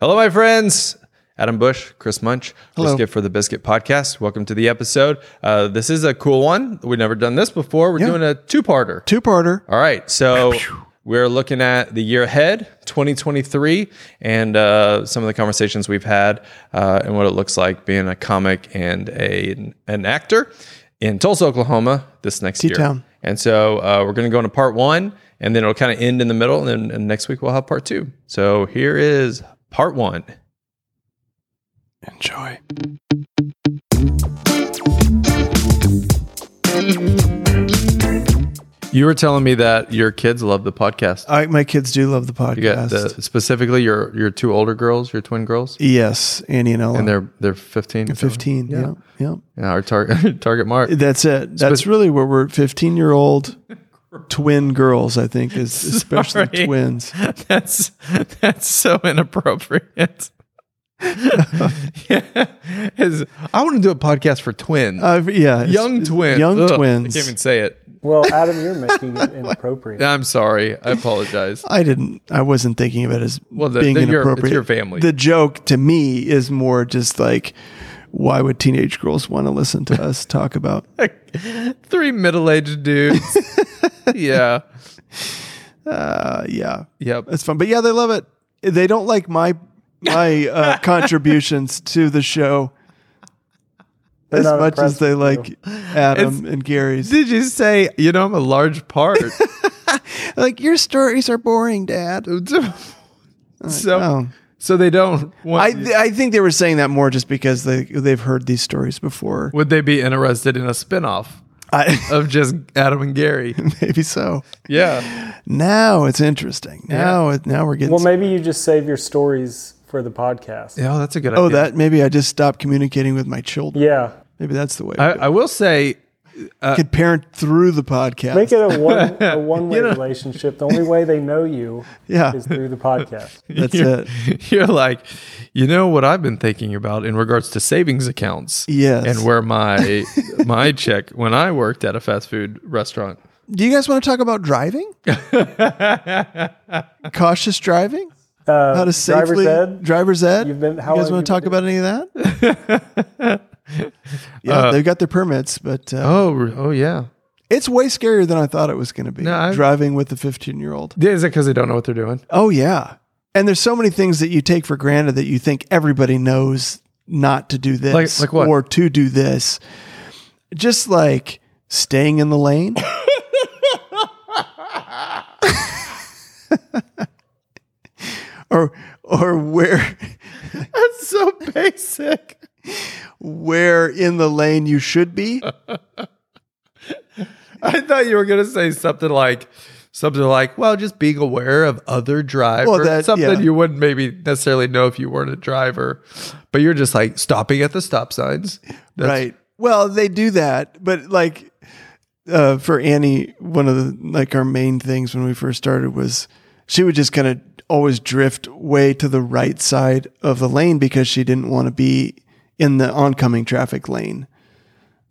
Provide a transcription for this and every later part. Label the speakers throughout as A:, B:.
A: Hello, my friends. Adam Bush, Chris Munch,
B: Hello.
A: Biscuit for the Biscuit podcast. Welcome to the episode. Uh, this is a cool one. We've never done this before. We're doing a two parter.
B: Two parter.
A: All right. So we're looking at the year ahead, 2023, and uh, some of the conversations we've had uh, and what it looks like being a comic and a, an actor in Tulsa, Oklahoma this next year.
B: T-Town.
A: And so uh, we're going to go into part one, and then it'll kind of end in the middle. And then and next week we'll have part two. So here is part one.
B: Enjoy.
A: You were telling me that your kids love the podcast.
B: I, my kids do love the
A: You got
B: podcast.
A: the, specifically your your two older girls, your twin girls,
B: yes, Annie and Ella.
A: and they're they're 15.
B: 15. Yeah. yeah.
A: Yeah, our target target mark.
B: That's it. That's really where we're 15 year old twin girls, I think, is especially
A: Sorry.
B: twins.
A: That's that's so inappropriate. yeah, It's- I want to do a podcast for twins,
B: Uh, yeah. it's-
A: young
B: it's
A: twins,
B: Young
A: Ugh,
B: twins.
A: I can't even say it.
C: Well, Adam, you're making it inappropriate.
A: I'm sorry. I apologize.
B: I didn't. I wasn't thinking of it as
A: Well, the-
B: being
A: then you're- it's
B: inappropriate.
A: your family.
B: The joke to me is more just like, why would teenage girls want to listen to us talk about?
A: Three middle aged dudes. yeah.
B: Uh, yeah,
A: Yep.
B: It's fun. But yeah, they love it. They don't like my my uh, contributions to the show
C: They're
B: as
C: not
B: much as
C: impressed
B: they
C: with
B: like
C: you.
B: Adam and Gary's.
A: Did you say you know I'm a large part?
B: Like your stories are boring, Dad.
A: so
B: oh.
A: so they don't. Want,
B: I th- I think they were saying that more just because they they've heard these stories before.
A: would they be interested in a spinoff
B: I,
A: of just Adam and Gary?
B: maybe so.
A: Yeah.
B: Now it's interesting. Now it now we're getting.
C: Well, maybe you just save your stories for the podcast.
A: Yeah, that's a good.
B: oh,
A: idea.
B: that maybe I just stopped communicating with my children.
C: Yeah.
B: Maybe that's the way.
A: I,
B: I, uh,
A: I will say
B: could parent through the podcast.
C: Make it a one a one way relationship. The only way they know you
B: yeah,
C: is through the podcast.
B: that's
A: you're,
B: it.
A: You're like, you know what I've been thinking about in regards to savings accounts.
B: Yes.
A: And where my my check when I worked at a fast food restaurant.
B: Do you guys want to talk about driving? Cautious driving?
C: Uh,
B: How to safely
C: driver's ed.
B: driver's ed?
C: You've been- how
B: you guys
C: long
B: want
C: have
B: to talk
C: you
B: about any of that? yeah, they've got their permits, but uh,
A: Uh, Oh, re- oh yeah.
B: it's way scarier than I thought it was going to be.
A: No, I-
B: driving with a 15 year old.
A: Is it because they don't know what they're doing?
B: Oh yeah, and there's so many things that you take for granted that you think everybody knows not to do this,
A: Like- like what?
B: or to do this. Just like staying in the lane. or or where
A: That's so basic.
B: where in the lane you should
A: Oh,
B: be.
A: I thought you were gonna say something like something like, well, just being aware of other drivers.
B: that-
A: something
B: yeah.
A: you wouldn't maybe necessarily know if you weren't a driver. But you're just like stopping at the stop signs. That's-
B: right. Well, they do that, but like uh, for Annie, one of the like our main things when we first started was she would just kind of always drift way to the right side of the lane because she didn't want to be in the oncoming traffic lane.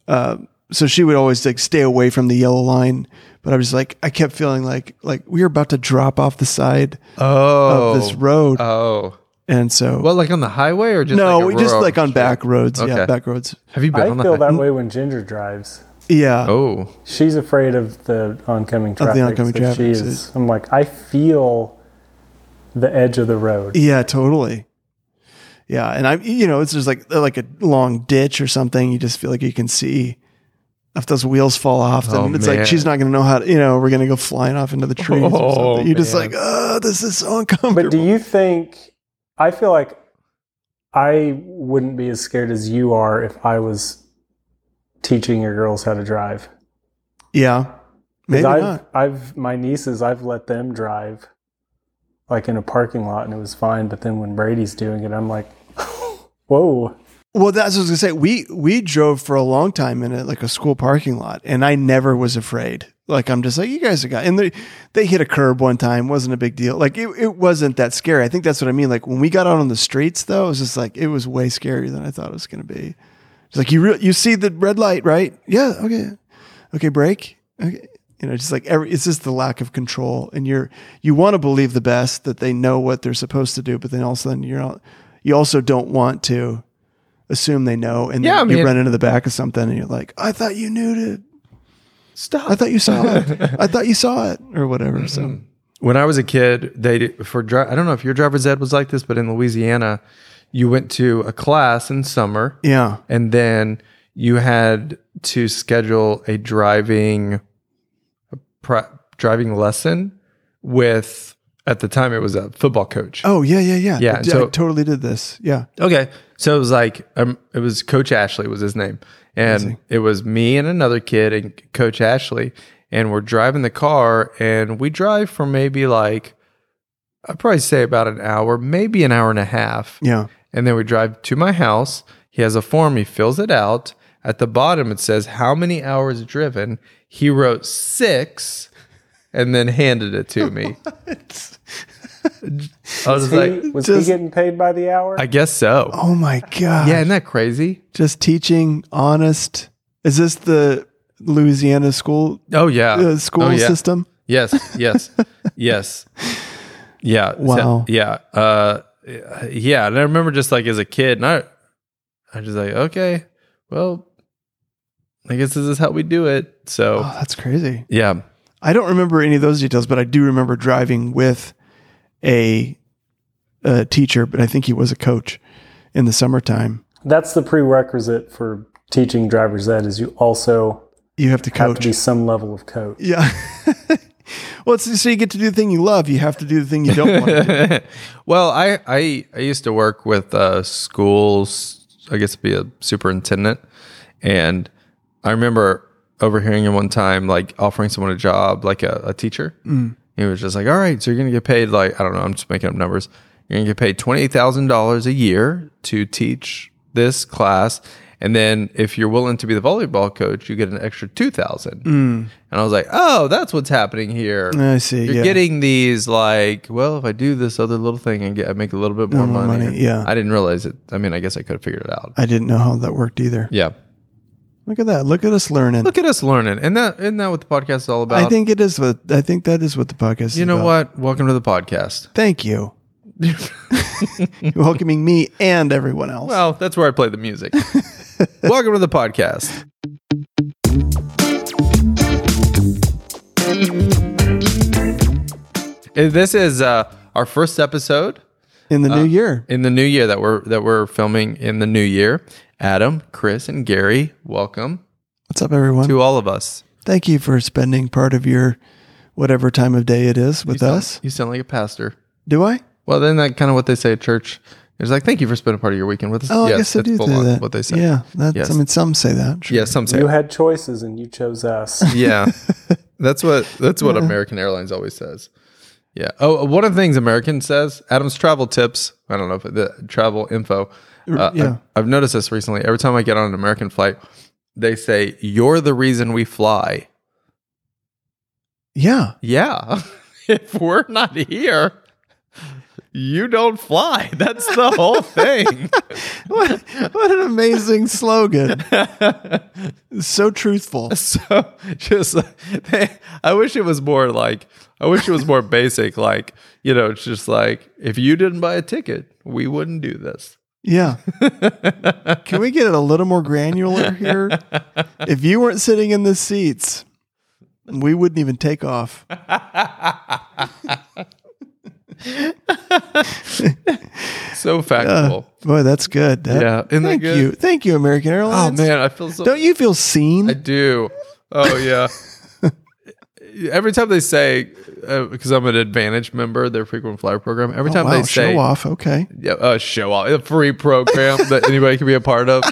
B: Uh, so she would always like stay away from the yellow line. But I was like, I kept feeling like like we were about to drop off the side
A: Oh.
B: of this road,
A: Oh.
B: and so
A: Well, like on the highway or just
B: no,
A: like a
B: we just
A: rural-
B: like on back roads,
A: Okay.
B: yeah, back roads,
A: Have you been
C: I
A: on the
C: feel
A: high-
C: that way when Ginger drives.
B: yeah.
A: Oh,
C: She's afraid of the oncoming traffic.
B: oncoming
C: so
B: traffic,
C: She
B: so-
C: is. I'm like, I feel the edge of the road.
B: Yeah, totally. Yeah, and I'm you know it's just like like a long ditch or something. You just feel like you can see if those wheels fall off, then
A: Oh,
B: it's
A: man.
B: like she's not going to know how. To, you know, we're going to go flying off into the trees.
A: Oh,
B: or something. You're just
A: man.
B: like, oh, this is so
C: But do
B: uncomfortable.
C: you think? I feel like I wouldn't be as scared as you are if I was teaching your girls how to drive.
B: yeah, maybe
C: 'Cause I've,
B: not.
C: I've my nieces. I've let them drive, like in a parking lot, and it was fine. But then when Brady's doing it, I'm like, whoa.
B: Well, that's what I was gonna say. We we drove for a long time in a, like a school parking lot, and I never was afraid. Like I'm just like you guys are got, and they they hit a curb one time, wasn't a big deal. Like it, it wasn't that scary. I think that's what I mean. Like when we got out on the streets, though, it was just like it was way scarier than I thought it was gonna be. It's like you re- you see the red light, right? Yeah, okay, okay, break. Okay, you know, just like every, it's just the lack of control. And you're, you want to believe the best that they know what they're supposed to do, but then all of a sudden you're not, you also don't want to assume they know. And
A: Yeah,
B: then
A: I mean-
B: you run into the back of something and you're like, I thought you knew to stop. I thought you saw it. I thought you saw it or whatever.
A: Mm-hmm.
B: So
A: when I was a kid, they did- for dri- I don't know if your driver's ed was like this, but in Louisiana, you went to a class in summer,
B: yeah.
A: and then you had to schedule a driving a pri- driving lesson with at the time it was a football coach.
B: Oh yeah, yeah, yeah.
A: Yeah,
B: I,
A: so-
B: I totally did this. Yeah.
A: Okay. So it was like um, it was Coach Ashley was his name, and it was me and another kid and Coach Ashley, and we're driving the car, and we drive for maybe like I'd probably say about an hour, maybe an hour and a half,
B: Yeah.
A: and then we drive to my house. He has a form. He fills it out. At the bottom, it says how many hours driven. He wrote six, and then handed it to me. I was like,
C: He- was
B: Just-
C: he getting paid by the hour?
A: I guess so.
B: Oh my god.
A: Yeah, isn't that crazy?
B: Just teaching honest. Is this the Louisiana school
A: Oh yeah,
B: uh, school
A: Oh, yeah.
B: system?
A: Yes, yes, yes. Yeah. so-
B: Wow.
A: yeah. Uh, yeah. And I remember just like as a kid, and I, I just like, okay, well, I guess this is how we do it. So
B: Oh, that's crazy.
A: yeah,
B: I don't remember any of those details, but I do remember driving with a, a teacher, but I think he was a coach in the summertime.
C: That's the prerequisite for teaching driver's ed is you also
B: You have to
C: have
B: coach.
C: to be some level of coach.
B: yeah. well, it's, so you get to do the thing you love. You have to do the thing you don't want. to do.
A: well, I, I I used to work with uh, schools. I guess be a superintendent, and I remember overhearing him one time like offering someone a job, like a, a teacher. He was just like, "All right, so you're going to get paid like I don't know. I'm just making up numbers. You're going to get paid twenty eight thousand dollars a year to teach this class." And then, if you're willing to be the volleyball coach, you get an extra two thousand. And I was like, "Oh, that's what's happening here."
B: I see.
A: You're
B: yeah.
A: getting these like, well, if I do this other little thing and get, I make a little bit more
B: more
A: money.
B: money, yeah.
A: I didn't realize it. I mean, I guess I could have figured it out.
B: I didn't know how that worked either.
A: Yeah.
B: Look at that. Look at us learning.
A: Look at us learning, and that isn't that what the podcast is all about.
B: I think it is what I think that is what the podcast is.
A: you know
B: about.
A: what. Welcome to the podcast.
B: Thank you. You're welcoming me and everyone else.
A: Well, that's where I play the music. Welcome to the podcast. And This is uh, our first episode
B: in
A: uh,
B: the new year.
A: in the new year that we're that we're filming in the new year. Adam, Chris, and Gary, welcome
B: What's up, everyone?
A: to all of us.
B: Thank you for spending part of your whatever time of day it is with us.
A: You sound like a pastor.
B: Do I?
A: Well, then that kind of what they say at church. It's like, thank you for spending part of your weekend with us.
B: Oh, I guess I
A: that's
B: do
A: full
B: do
A: on
B: that.
A: What they say.
B: Yeah, that's.
A: Yes.
B: I mean, some say that. Sure.
A: Yeah, some say.
C: You had choices and you chose us.
A: yeah, that's what that's what American Airlines always says. Yeah. Oh, one of the things American says, Adam's travel tips. I don't know if the travel info. Uh,
B: yeah.
A: I've, I've noticed this recently. Every time I get on an American flight, they say, "You're the reason we fly."
B: Yeah.
A: Yeah. if we're not here, you don't fly. That's the whole thing.
B: What, what an amazing slogan. so truthful.
A: so just like, they, I wish it was more like I wish it was more basic. Like you know, it's just like if you didn't buy a ticket, we wouldn't do this.
B: Yeah. Can we get it a little more granular here? If you weren't sitting in the seats, we wouldn't even take off.
A: So factual.
B: Uh, Boy, that's good. That-
A: Yeah, isn't that
B: Thank
A: good?
B: you. Thank you, American
A: oh
B: Airlines.
A: man, I feel so.
B: Don't you feel seen?
A: I do. Oh yeah. Every time they say, because I'm an advantage member, their frequent flyer program. Every time
B: wow,
A: they say,
B: show off. Okay.
A: yeah, uh, show off a free program that anybody can be a part of.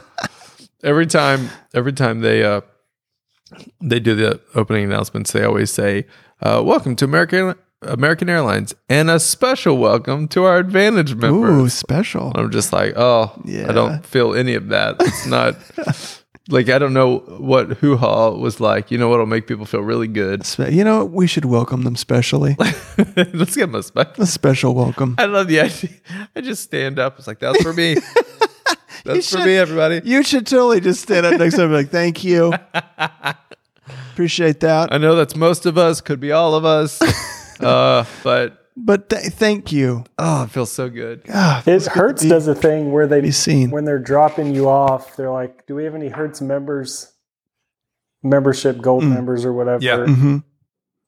A: Every time, every time they uh, they do the opening announcements, they always say, uh, "Welcome to American American Airlines," and a special welcome to our Advantage
B: Ooh,
A: members.
B: special.
A: I'm just like, oh,
B: Yeah.
A: I don't feel any of that. It's not like I don't know what hoo ha was like. You know what'll make people feel really good?
B: Spe- You know, we should welcome them specially.
A: Let's give them a special.
B: A special welcome.
A: I love the idea. I just stand up. It's like that's for me. That's for
B: should-
A: me, everybody.
B: You should totally just stand up next to them and be like, thank you. Appreciate that.
A: I know that's most of us, could be all of us. uh, but
B: But th- thank you.
A: oh, it feels so good.
B: Ah,
C: It Hertz does a thing where they
B: be seen.
C: when they're dropping you off, they're like, "Do we have any Hertz members, membership, gold
B: Mm.
C: members, or whatever?" Mm-hmm.
A: Yeah.
B: Mhm.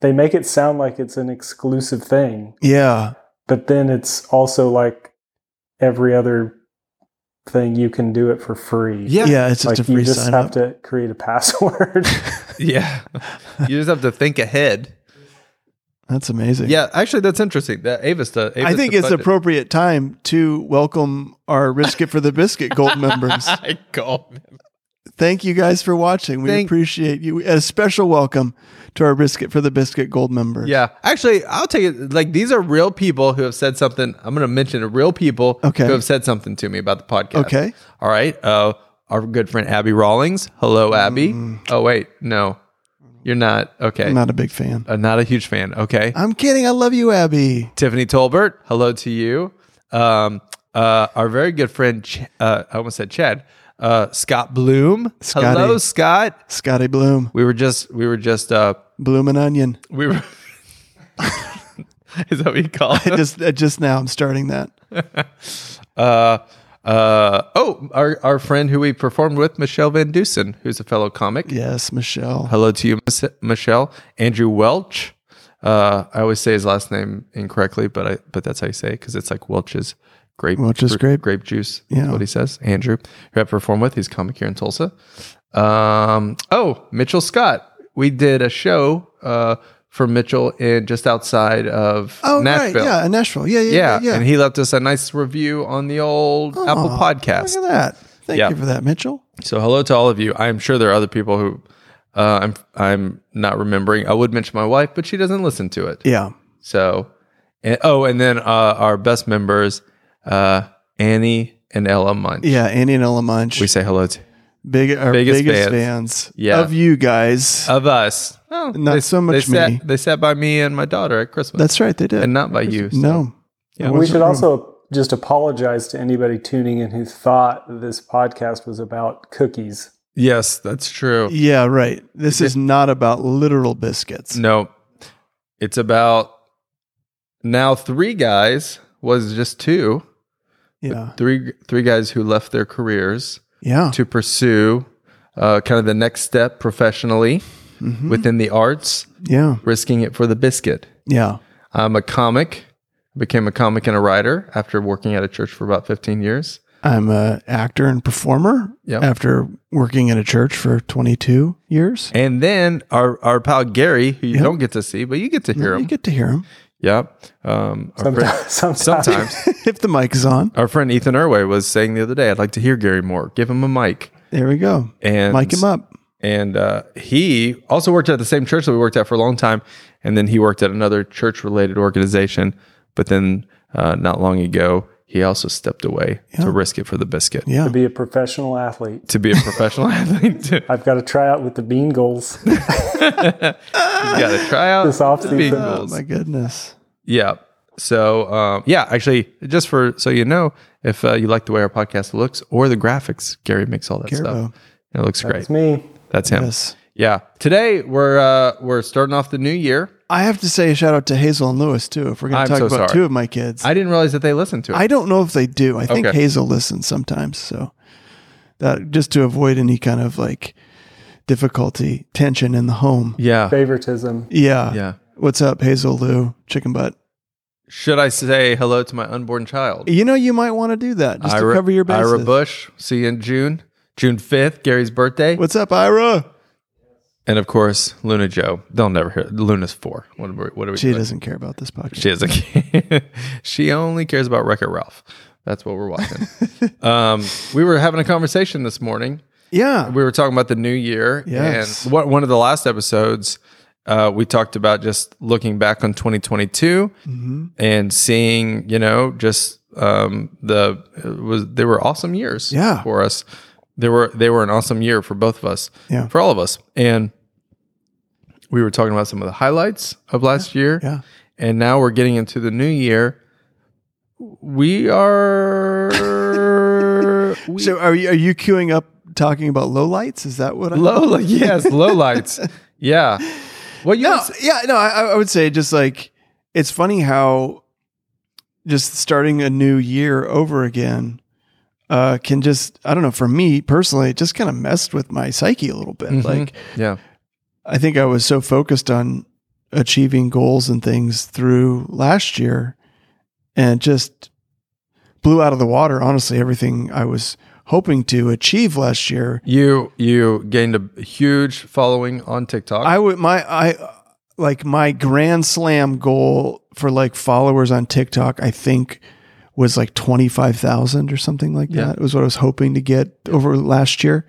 C: They make it sound like it's an exclusive thing,
B: Yeah.
C: but then it's also like every other thing you can do it for free.
A: Yeah.
B: Yeah. It's just
C: like
B: a
C: you
B: free
C: just
B: sign
C: have
B: up.
C: to create a password.
A: Yeah. you just have to think ahead.
B: That's amazing.
A: Yeah, actually, that's interesting. That Avis does. Avis
B: I think it's
A: defined it.
B: appropriate time to welcome our Risk It for the Biscuit Gold members.
A: I call him.
B: Thank you guys for watching. We
A: Thank-
B: appreciate you. A special welcome to our Biscuit for the Biscuit Gold members.
A: Yeah, actually, I'll take it. Like these are real people who have said something. I'm going to mention it, real people
B: Okay.
A: who have said something to me about the podcast.
B: Okay.
A: All right. Uh, our good friend Abby Rawlings. Hello, Abby. Oh wait, no, you're not. Okay,
B: I'm not a big fan.
A: Uh, not a huge fan. Okay.
B: I'm kidding. I love you, Abby.
A: Tiffany Tolbert, hello to you. Um, uh, our very good friend, Ch- uh, I almost said Chad, uh, Scott Bloom.
B: Scotty.
A: Hello, Scott.
B: Scotty Bloom,
A: We were just, we were just, uh,
B: Bloom and Onion.
A: we were. is that what you call it?
B: I just uh, just now I'm starting that.
A: Uh, uh, oh, our, our friend who we performed with, Michelle Van Dusen, who's a fellow comic.
B: Yes, Michelle.
A: Hello to you, Mis- Michelle. Andrew Welch. Uh, I always say his last name incorrectly, but I but that's how you say it because it's like Welch's grape.
B: Welch's grape.
A: grape juice.
B: Yeah.
A: is what he says. Andrew, who I performed with, he's a comic here in Tulsa. Um, oh, Mitchell Scott. We did a show uh, for Mitchell in just outside of
B: Oh
A: Nashville.
B: right, yeah, in Nashville. Yeah,
A: Yeah,
B: yeah, yeah. yeah.
A: and he left us a nice review on the old Apple Podcast.
B: Look at that. Thank
A: Yeah.
B: you for that, Mitchell.
A: So hello to all of you. I'm sure there are other people who uh, I'm I'm not remembering. I would mention my wife, but she doesn't listen to it.
B: Yeah.
A: So, and, oh, and then uh, our best members, uh, Annie and Ella Munch.
B: Yeah, Andy and Ella Munch.
A: We say hello to
B: Big, our
A: biggest
B: biggest,
A: fans.
B: fans,
A: Yeah. Uh,
B: of you guys.
A: of us. Oh,
B: Not so much
A: They sat,
B: me.
A: they sat by me and my daughter at Christmas,
B: That's right, they did.
A: and not by you. so-
B: no. It
C: we
B: wasn't
C: should
B: wrong.
C: also just apologize to anybody tuning in who thought that this podcast was about cookies.
A: Yes, that's true.
B: Yeah, right. This is not about literal biscuits.
A: No, it's about now three guys was just two.
B: Yeah.
A: three three guys who left their careers
B: Yeah.
A: to pursue uh, kind of the next step professionally
B: Mhm.
A: within the arts,
B: Yeah.
A: risking it for the biscuit.
B: Yeah.
A: I'm a comic. Became a comic and a writer after working at a church for about 15 years.
B: I'm a actor and performer
A: Yep.
B: after working in a church for 22 years.
A: And then our, our pal Gary, who you don't get to see, but you get to hear
B: You
A: him.
B: get to hear him
A: Yep. Um, our friend-
C: Sometimes, sometimes,
A: sometimes.
B: if the mic is on.
A: our friend Ethan Irway was saying the other day, I'd like to hear Gary more. Give him a mic.
B: There we go.
A: And
B: mic him up.
A: and uh, he also worked at the same church that we worked at for a long time and then he worked at another church related organization but then uh, not long ago he also stepped away to risk it for the biscuit
B: Yeah.
C: to be a professional athlete.
A: to be a professional athlete too.
C: I've got to try out with the bean goals
A: you gotta try out
C: this off
A: being
C: season.
B: Oh
A: goals.
B: my goodness.
A: yeah so um, yeah actually just for so you know if uh, you like the way our podcast looks or the graphics gary makes all that stuff
B: Garbo.
A: it looks great
C: It's me.
A: that's him
B: Yes.
A: yeah today we're uh, we're starting off the new year
B: I have to say a shout out to Hazel and Lewis too. If we're going
A: I'm
B: to talk
A: so
B: about
A: sorry.
B: two of my kids, I,
A: i didn't realize that they listened to it
B: don't know if they do. I think
A: Okay.
B: Hazel listens sometimes, so that just to avoid any kind of like difficulty, tension in the home.
A: yeah
C: Favoritism.
B: Yeah.
A: yeah
B: What's up, Hazel Lou? Chicken butt.
A: Should I say hello to my unborn child?
B: You know, you might want to do that just
A: Ira,
B: to cover your bases.
A: Ira Bush. See you in June. June 5th, Gary's birthday.
B: What's up, Ira?
A: And of course, Luna Joe. They'll never hear. Luna's four. What are we? What are we
B: She doesn't care about this podcast.
A: She doesn't. she only cares about Wreck It Ralph. That's what we're watching. um, we were having a conversation this morning.
B: yeah.
A: We were talking about the new year.
B: Yes.
A: And one, one of the last episodes, uh, we talked about just looking back on 2022
B: Mm-hmm.
A: and seeing, you know, just um, the it was they were awesome years
B: Yeah.
A: for us. They were they were an awesome year for both of us.
B: Yeah.
A: For all of us. And we were talking about some of the highlights of last year.
B: Yeah.
A: And now we're getting into the new year. We are we
B: So are you, are you queuing up talking about low lights? Is that what I
A: Low, yes, low lights. Yeah. Well, you
B: No,
A: would s-
B: yeah, no, I, I would say just like it's funny how just starting a new year over again uh, can just I don't know for me personally it just kind of messed with my psyche a little bit.
A: Mhm.
B: Like
A: yeah,
B: I think I was so focused on achieving goals and things through last year and just blew out of the water honestly everything I was hoping to achieve last year
A: you you gained a huge following on TikTok.
B: I would my I like my grand slam goal for like followers on TikTok. I think was like twenty five thousand or something like
A: Yeah.
B: that. It was what I was hoping to get over last year,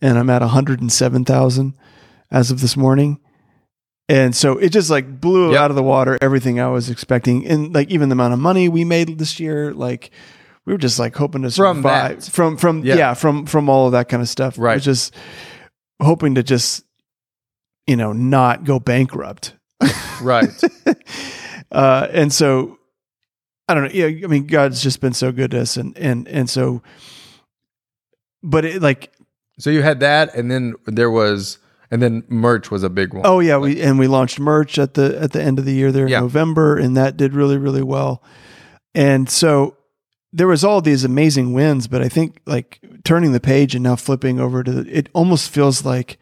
B: and I'm at one hundred and seven thousand as of this morning. And so it just like blew
A: Yep.
B: out of the water everything I was expecting, and like even the amount of money we made this year, like. We were just like hoping to
A: From
B: survive
A: that.
B: from from
A: Yeah.
B: yeah. from from all of that kind of stuff.
A: Right.
B: We're just hoping to just you know, not go bankrupt.
A: right.
B: uh, and so I don't know. Yeah, I mean, God's just been so good to us, and and and so, but it like,
A: So you had that, and then there was, and then merch was a big one.
B: oh yeah, we and we launched merch at the at the end of the year there in
A: Yeah.
B: November, and that did really really well. And so there was all these amazing wins, but I think like turning the page and now flipping over to the, it almost feels like,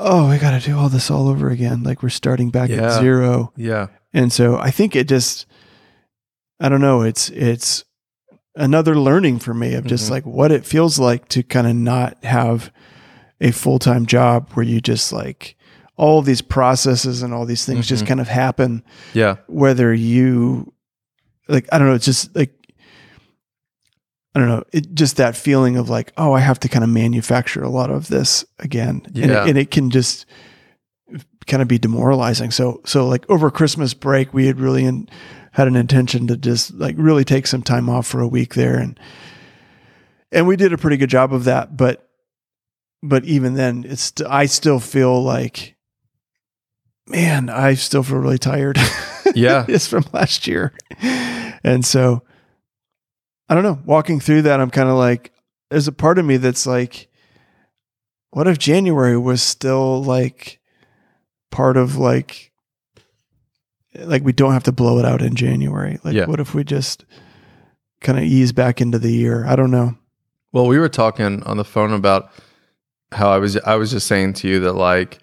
B: oh, we got to do all this all over again. Like we're starting back
A: Yeah.
B: at zero.
A: yeah,
B: And so I think it just I don't know, it's it's another learning for me of just
A: Mhm.
B: like what it feels like to kind of not have a full-time job where you just like all these processes and all these things just
A: Mhm.
B: kind of happen
A: yeah,
B: whether you like I don't know, it's just like I don't know. It just that feeling of like, oh, I have to kind of manufacture a lot of this again, and,
A: Yeah.
B: it, and it can just kind of be demoralizing. So, so like over Christmas break, we had really in, had an intention to just like really take some time off for a week there, and and we did a pretty good job of that. But but even then, it's st- I still feel like, man, I still feel really tired.
A: Yeah.
B: it's from last year, and so. I don't know. Walking through that, I'm kind of like, there's a part of me that's like, what if January was still like part of like, like we don't have to blow it out in January? Like,
A: Yeah.
B: what if we just kind of ease back into the year? I don't know.
A: Well, we were talking on the phone about how I was I was just saying to you that like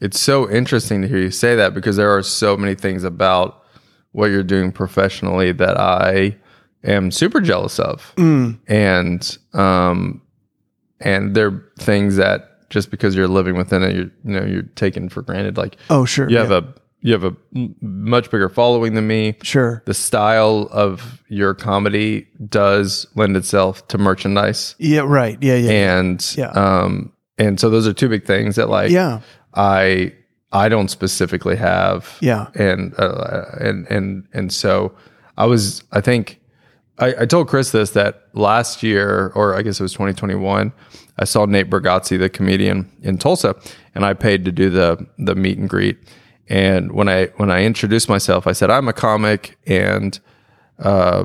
A: it's so interesting to hear you say that because there are so many things about what you're doing professionally that I am super jealous of.
B: Mm,
A: and um and they're things that just because you're living within it you're you know you're taken for granted like
B: Oh, sure.
A: you have a you have a m- much bigger following than me
B: sure.
A: the style of your comedy does lend itself to merchandise
B: Yeah. Right. Yeah. Yeah.
A: and
B: Yeah.
A: um and so those are two big things that like
B: yeah.
A: i i don't specifically have
B: Yeah.
A: and uh, and and and so I was I think I, I told Chris this that last year or I guess it was 2021 I saw Nate Bergazzi the comedian in Tulsa and I paid to do the the meet and greet and when I when I introduced myself I said I'm a comic and uh,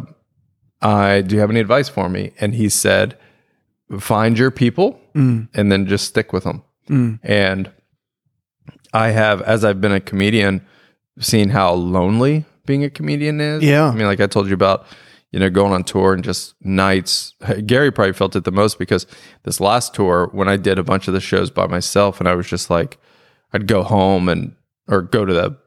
A: I do you have any advice for me and he said find your people and then just stick with them and I have, as I've been a comedian, seen how lonely being a comedian is.
B: Yeah.
A: I mean, like I told you about, you know, going on tour and just nights. Gary probably felt it the most because this last tour, when I did a bunch of the shows by myself, and I was just like, I'd go home and, or go to the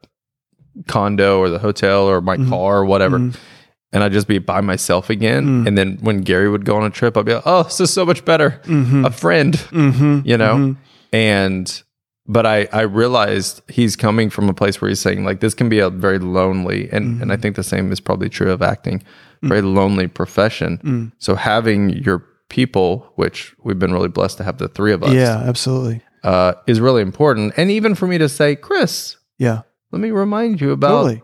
A: condo or the hotel or my car or whatever. And I'd just be by myself
B: Hmm.
A: again. And then when Gary would go on a trip, I'd be like, oh, this is so much better.
B: Hmm.
A: A friend
B: Mm-hmm.
A: you know and but i i realized he's coming from a place where he's saying like this can be a very lonely and and
B: Hmm.
A: i think the same is probably true of acting very lonely profession
B: Mm.
A: so having your people which we've been really blessed to have the three of us
B: Yeah. Absolutely.
A: uh, is really important and even for me to say chris
B: Yeah.
A: let me remind you about
B: totally.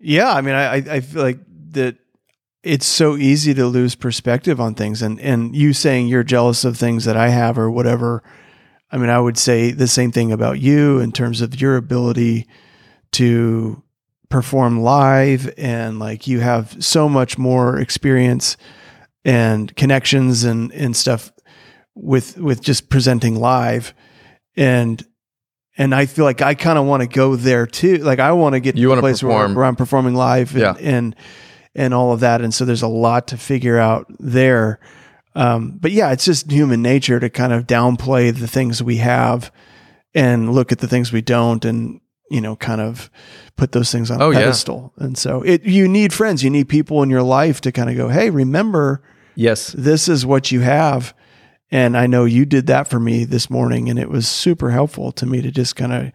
B: Yeah, I mean, I I I feel like that it's so easy to lose perspective on things, and and you saying you're jealous of things that I have or whatever. I mean, I would say the same thing about you in terms of your ability to perform live and like you have so much more experience and connections and and stuff with with just presenting live and and I feel like I kind of want to go there too. Like I want to get
A: You
B: to a
A: wanna
B: place where,
A: perform.
B: where I'm performing live and,
A: Yeah.
B: and and all of that. And so there's a lot to figure out there. Um, but yeah, it's just human nature to kind of downplay the things we have and look at the things we don't and you know kind of put those things on
A: Oh,
B: a
A: yeah.
B: pedestal. And so it you need friends, you need people in your life to kind of go, "Hey, remember
A: Yes.
B: this is what you have. And I know you did that for me this morning, and it was super helpful to me to just kind of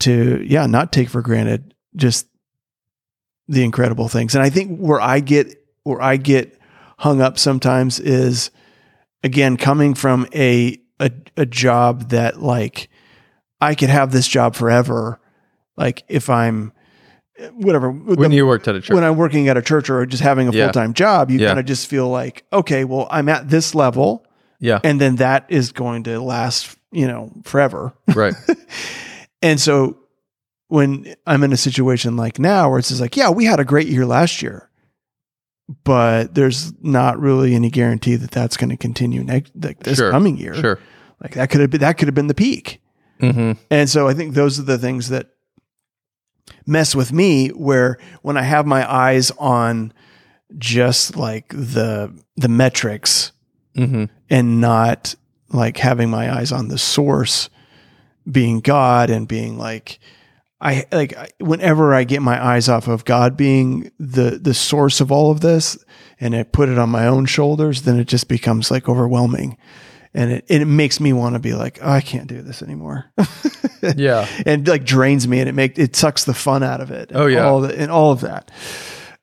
B: to yeah, not take for granted just the incredible things. And I think where I get where I get hung up sometimes is again coming from a a, a job that like I could have this job forever, like if I'm whatever
A: When you worked at a church.
B: when I'm working at a church or just having a
A: Yeah.
B: full time job, you
A: Yeah.
B: kind of just feel like, okay, well, I'm at this level,
A: yeah.
B: and then that is going to last, you know, forever.
A: Right.
B: And so when I'm in a situation like now where it's just like, yeah, we had a great year last year, but there's not really any guarantee that that's going to continue next like this
A: Sure.
B: coming year.
A: Sure.
B: Like that could have been that could have been the peak.
A: hmm
B: And so I think those are the things that mess with me where when I have my eyes on just like the the metrics
A: hmm
B: and not like having my eyes on the source being God and being like I like I- whenever I get my eyes off of God being the the source of all of this and I put it on my own shoulders then it just becomes like overwhelming and it and it makes me want to be like oh, I can't do this anymore
A: Yeah.
B: and like drains me and it make it sucks the fun out of it. and
A: Oh, yeah.
B: all the, and all of that,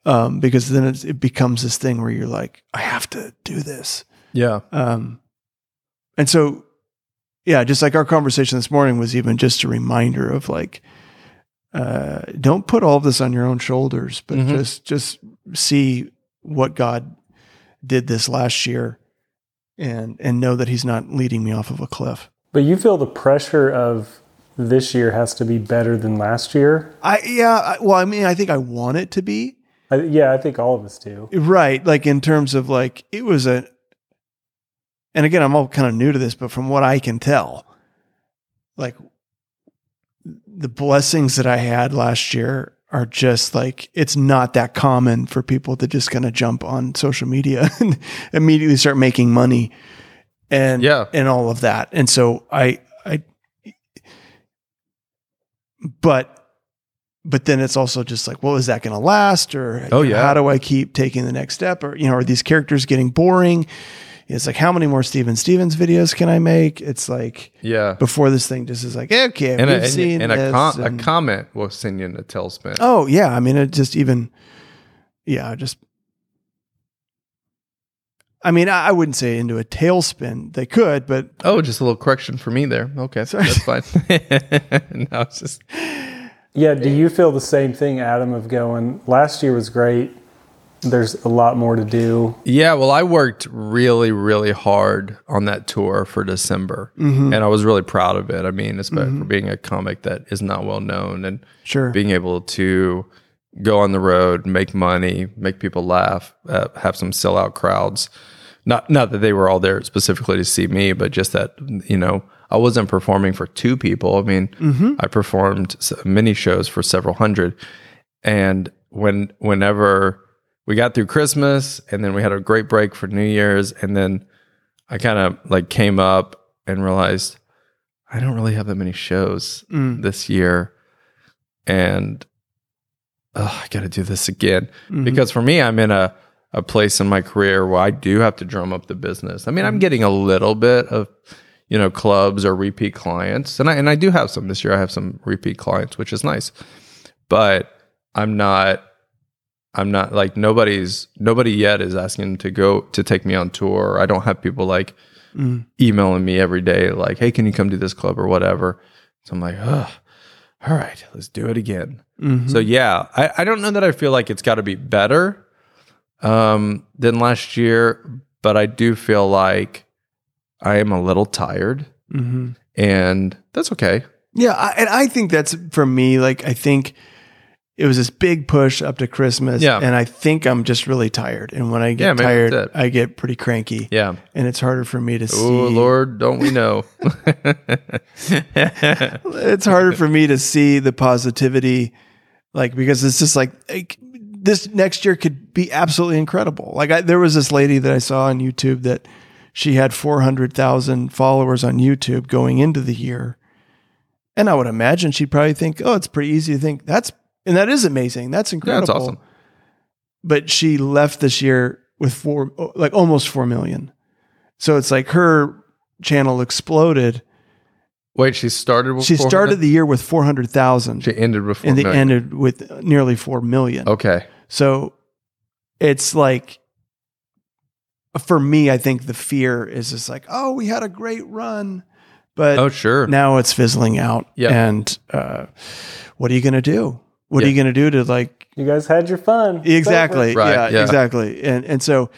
B: um, because then it's, it becomes this thing where you're like, I have to do this,
A: Yeah.
B: um, and so yeah, just like our conversation this morning was even just a reminder of like, uh, don't put all of this on your own shoulders, but
A: Mhm.
B: just just see what God did this last year. And and know that he's not leading me off of a cliff.
C: But you feel the pressure of this year has to be better than last year.
B: I yeah. I, well, I mean, I think I want it to be,
C: I, yeah, I think all of us do.
B: right like in terms of like it was a and again i'm all kind of new to this but from what i can tell like the blessings that i had last year are just like it's not that common for people to just kind of jump on social media and immediately start making money and
A: Yeah.
B: and all of that and so i i but but then it's also just like, well, is that going to last? Or
A: Oh,
B: you know,
A: yeah.
B: how do I keep taking the next step? Or, you know, are these characters getting boring? It's like, how many more Steven Stevens videos can I make? It's like
A: Yeah.
B: before this thing just is like, "Eh, okay,
A: And,
B: we've
A: a,
B: seen
A: and, and a,
B: this.
A: com-
B: and-
A: a comment will send you in a tailspin.
B: oh yeah. I mean, it just even, yeah, I just, I mean, I, I wouldn't say into a tailspin. They could, but
A: Oh, just a little correction for me there. Okay,
B: Sorry.
A: that's fine. no, it's just
C: Yeah, do you feel the same thing, Adam, of going, last year was great. There's a lot more to do.
A: yeah. Well, I worked really, really hard on that tour for December,
B: Mm-hmm.
A: and I was really proud of it. I mean, especially for being a comic that is not well known and
B: sure.
A: being able to go on the road, make money, make people laugh, uh, have some sellout crowds. Not not that they were all there specifically to see me, but just that you know I wasn't performing for two people. I mean,
B: Mm-hmm.
A: I performed s- many shows for several hundred, and when whenever we got through Christmas, and then we had a great break for New Year's, and then I kind of like came up and realized I don't really have that many shows
B: Mm,
A: this year and oh, I got to do this again
B: mhm.
A: because for me I'm in a a place in my career where I do have to drum up the business. I mean, I'm getting a little bit of you know clubs or repeat clients and I and I do have some this year. I have some repeat clients, which is nice. But I'm not I'm not like nobody's nobody yet is asking to go to take me on tour. I don't have people like
B: Mm.
A: emailing me every day, like, hey, can you come to this club or whatever? So I'm like, Ugh, all right, let's do it again.
B: Mhm.
A: So yeah, I, I don't know that I feel like it's got to be better um, than last year, but I do feel like I am a little tired
B: Mhm.
A: and that's okay.
B: Yeah, I, and I think that's for me. Like, I think it was this big push up to Christmas.
A: Yeah.
B: And I think I'm just really tired. And when I
A: Yeah,
B: get
A: maybe
B: tired,
A: that's it.
B: I get pretty cranky.
A: Yeah.
B: And it's harder for me to see.
A: Oh Lord, don't we know?
B: It's harder for me to see the positivity, like, because it's just like, like, this next year could be absolutely incredible. Like, I, there was this lady that I saw on YouTube that she had 400,000 followers on YouTube going into the year. And I would imagine she'd probably think, oh, it's pretty easy to think that's, and that is amazing. That's incredible.
A: That's awesome.
B: but she left this year with four like almost four million so it's like her channel exploded
A: Wait, she started. with
B: she
A: 400?
B: started the year with 400000
A: She ended before.
B: and they
A: million.
B: ended with nearly 4 million
A: Okay.
B: so it's like for me i think the fear is just like oh we had a great run but
A: Oh sure.
B: Uh, now it's fizzling out
A: Yeah.
B: and uh, what are you going to do what are
A: Yeah.
B: you going to do to like
C: You guys had your fun. It's over.
B: Exactly.
A: Right,
B: Yeah,
A: yeah.
B: Exactly. And and so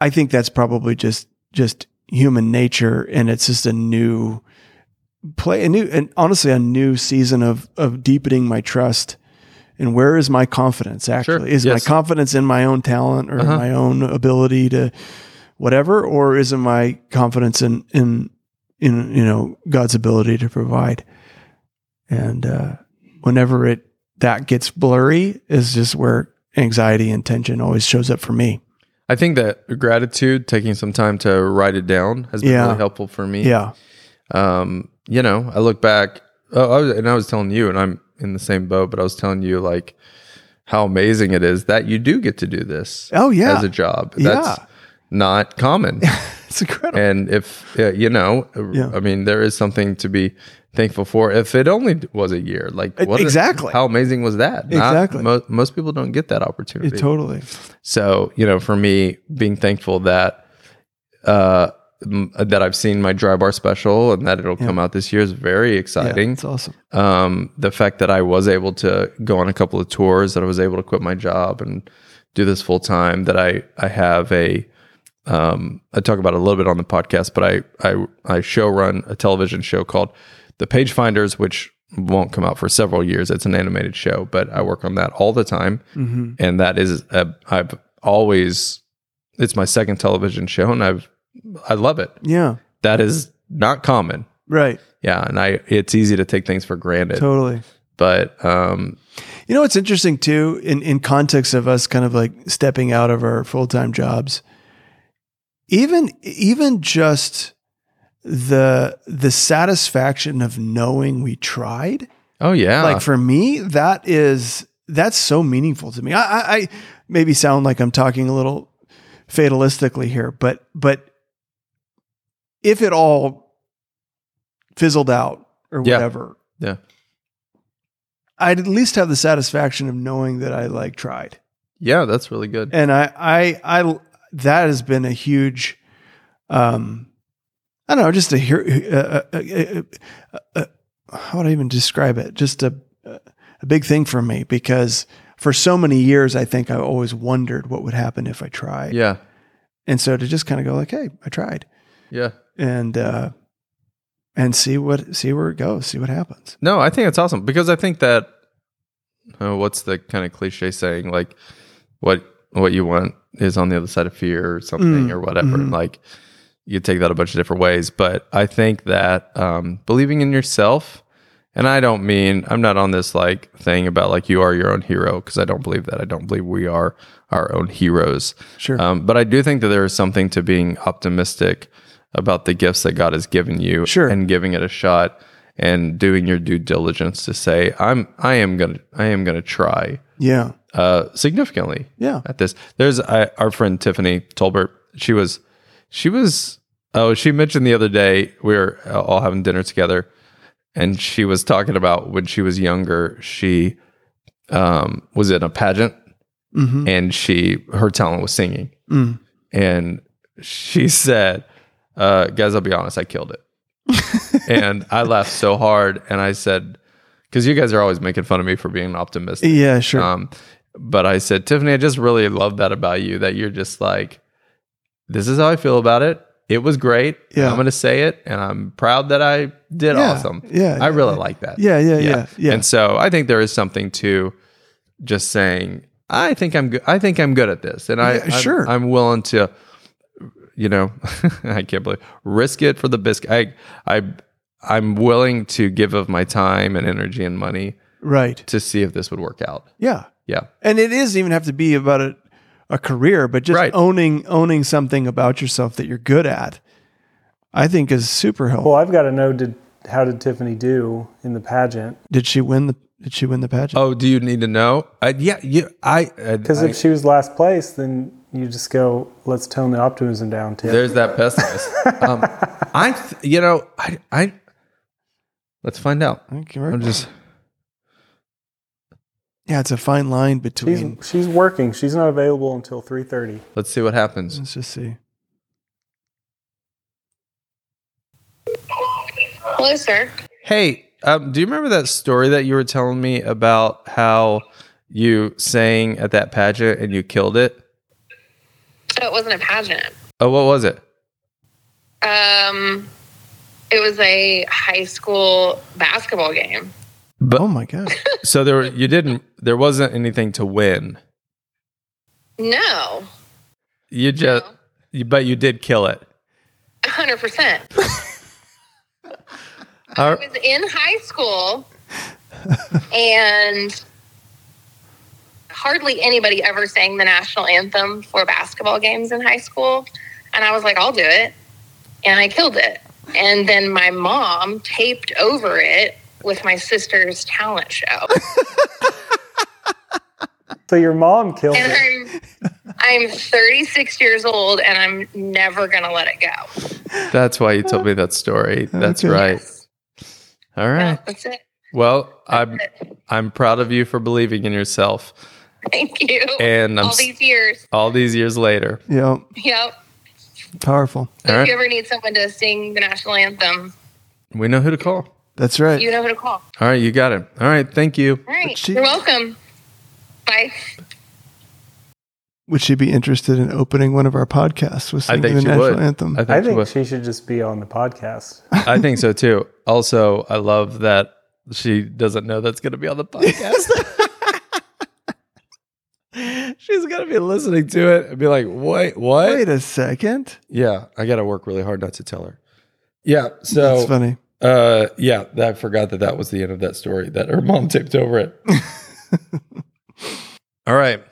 B: I think that's probably just just human nature and it's just a new play a new and honestly a new season of of deepening my trust and where is my confidence actually is
A: Yes.
B: my confidence in my own talent or
A: Uh-huh.
B: my own ability to whatever or is it my confidence in in in you know God's ability to provide and uh whenever it that gets blurry is just where anxiety and tension always shows up for me.
A: I think that gratitude, taking some time to write it down, has been
B: Yeah.
A: really helpful for me.
B: Yeah.
A: um, you know, I look back, oh, I was, and I was telling you, and I'm in the same boat, but I was telling you like how amazing it is that you do get to do this
B: Oh yeah.
A: as a job.
B: Yeah.
A: That's not common.
B: it's incredible.
A: and if, uh, you know,
B: Yeah.
A: I mean, there is something to be thankful for if it only was a year. Like, what a-
B: E, exactly.
A: how amazing was that? Not-
B: Exactly.
A: mo- most people don't get that opportunity.
B: totally.
A: So, you know, for me, being thankful that uh m- that I've seen my dry bar special and that it'll come out this year is very
B: Yeah,
A: exciting.
B: it's awesome.
A: Um the fact that I was able to go on a couple of tours, that I was able to quit my job and do this full time, that I I have a um I talk about it a little bit on the podcast, but I I I show run a television show called The Page Finders, which won't come out for several years. It's an animated show, but I work on that all the time
B: hmm
A: and that is a, I've always it's my second television show and I've I love it.
B: Yeah.
A: That is not common.
B: Right.
A: Yeah, and I it's easy to take things for granted,
B: Totally.
A: but um
B: You know what's interesting too, in in context of us kind of like stepping out of our full time jobs, even even just the the satisfaction of knowing we tried
A: oh yeah.
B: like for me that is that's so meaningful to me I, I i maybe sound like i'm talking a little fatalistically here but but if it all fizzled out or
A: Yeah.
B: whatever
A: Yeah.
B: i'd at least have the satisfaction of knowing that i like tried
A: yeah, that's really good.
B: and I, I, I, that has been a huge, um, I don't know, just a, hero- uh, uh, uh, uh, uh, how would I even describe it? Just a, a big thing for me because for so many years, I think I always wondered what would happen if I tried.
A: Yeah.
B: And so to just kind of go like, Hey, I tried
A: Yeah.
B: and, uh, and see what, see where it goes, see what happens.
A: No, I think it's awesome because I think that uh, what's the kind of cliche saying like what what you want is on the other side of fear or something
B: Mm,
A: or whatever.
B: mhm.
A: Like you could take that a bunch of different ways, but I think that um, believing in yourself, and I don't mean I'm not on this like thing about like you are your own hero because I don't believe that. I don't believe we are our own heroes.
B: Sure.
A: Um, but I do think that there is something to being optimistic about the gifts that God has given you
B: Sure.
A: and giving it a shot and doing your due diligence to say, I'm I am gonna I am gonna try
B: yeah.
A: uh significantly
B: Yeah.
A: at this. There's I, our friend Tiffany Tolbert. She was, she was. Oh, she mentioned the other day we were uh, all having dinner together, and she was talking about when she was younger. She um, was in a pageant,
B: Mhm.
A: and she her talent was singing,
B: Mm.
A: and she said, uh, "Guys, I'll be honest, I killed it." and I laughed so hard, and I said, "Because you guys are always making fun of me for being optimistic."
B: Yeah. Sure.
A: Um, but I said, Tiffany, I just really love that about you that you're just like, this is how I feel about it. It was great. and
B: Yeah.
A: I'm going to say it, and I'm proud that I did
B: Yeah,
A: awesome.
B: yeah,
A: I
B: yeah,
A: really like that.
B: Yeah, yeah, yeah, yeah.
A: And so I think there is something to just saying, I think I'm good. I think I'm good at this, and I
B: Yeah,
A: I'm-
B: sure.
A: I'm, willing to, you know, I can't believe risk it for the biscuit. I I I'm willing to give of my time and energy and money
B: Right.
A: to see if this would work out.
B: Yeah.
A: Yeah.
B: And it is even have to be about a, a career, but just
A: Right.
B: owning owning something about yourself that you're good at, I think is super helpful.
C: Well, I've got to know did how did Tiffany do in the pageant?
B: Did she win the Did she win the pageant?
A: Oh, do you need to know? Uh, yeah. Yeah. I
C: Because
A: because
C: if she was last place, then you just go, let's tone the optimism down, Tiff.
A: There's that pessimist. um, I, th- you know, I, I, let's find out.
B: Okay,
A: Oh, I'm
B: right.
A: just,
B: yeah, it's a fine line
C: She's,
B: between.
C: she's working. She's not available until 3.30.
A: let's see what happens.
B: Let's just see.
D: Hello, sir.
A: Hey, um, do you remember that story that you were telling me about how you sang at that pageant and you killed it?
D: So it wasn't a pageant.
A: Oh, what was it?
D: Um, it was a high school basketball game.
A: But
B: Oh my god!
A: so there, were- you didn't. There wasn't anything to win.
D: No,
A: You just,
D: No.
A: you, but you did kill it.
D: hundred percent. I
A: All right.
D: was in high school, and hardly anybody ever sang the national anthem for basketball games in high school. And I was like, I'll do it, and I killed it. And then my mom taped over it with my sister's talent show.
C: So your mom killed
D: and
C: it.
D: I'm I'm 36 years old, and I'm never gonna let it go.
A: That's why you told me that story. That's
B: Okay.
A: right. All
D: No,
A: right.
D: that's it.
A: Well, I'm I'm proud of you for believing in yourself.
D: Thank you.
A: And I'm
D: all
A: s-
D: these years.
A: all these years later.
B: yeah,
D: Yep.
B: powerful.
D: So
A: All
D: if
A: right.
D: you ever need someone to sing the national anthem,
A: We know who to call.
B: That's right.
D: you know who to call.
A: All right, you got it. All right, thank you.
D: All right.
B: She-
D: You're welcome. Bye.
B: would she be interested in opening one of our podcasts with
A: I
B: singing
A: think
B: the
A: she
B: national
A: would.
B: anthem?
A: I think,
C: I
A: she
C: think
A: would.
C: she should just be on the podcast.
A: I think so too. Also, I love that she doesn't know that's going to be on the podcast. She's going to be listening to it and be like, "Wait, what?"
B: Wait a second.
A: Yeah, I got to work really hard not to tell her. Yeah,
B: That's
A: so
B: funny.
A: uh yeah, I forgot that that was the end of that story that her mom taped over it. All right.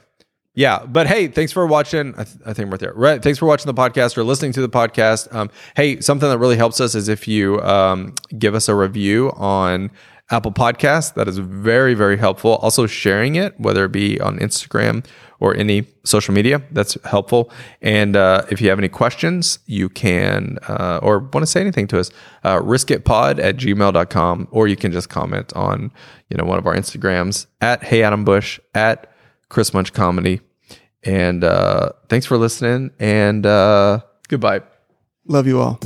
A: Yeah, but hey, thanks for watching. I, th- I think we're there. Right, thanks for watching the podcast or listening to the podcast. Um, hey, something that really helps us is if you um, give us a review on Apple Podcasts. That is very, very helpful. Also, sharing it, whether it be on Instagram or any social media, that's helpful. And uh, if you have any questions, you can uh, or want to say anything to us, uh, riskitpod at gmail.com, or you can just comment on you know one of our Instagrams at Hey Adam Bush at Chris Munch Comedy. And uh, thanks for listening. And uh, goodbye.
B: Love you all.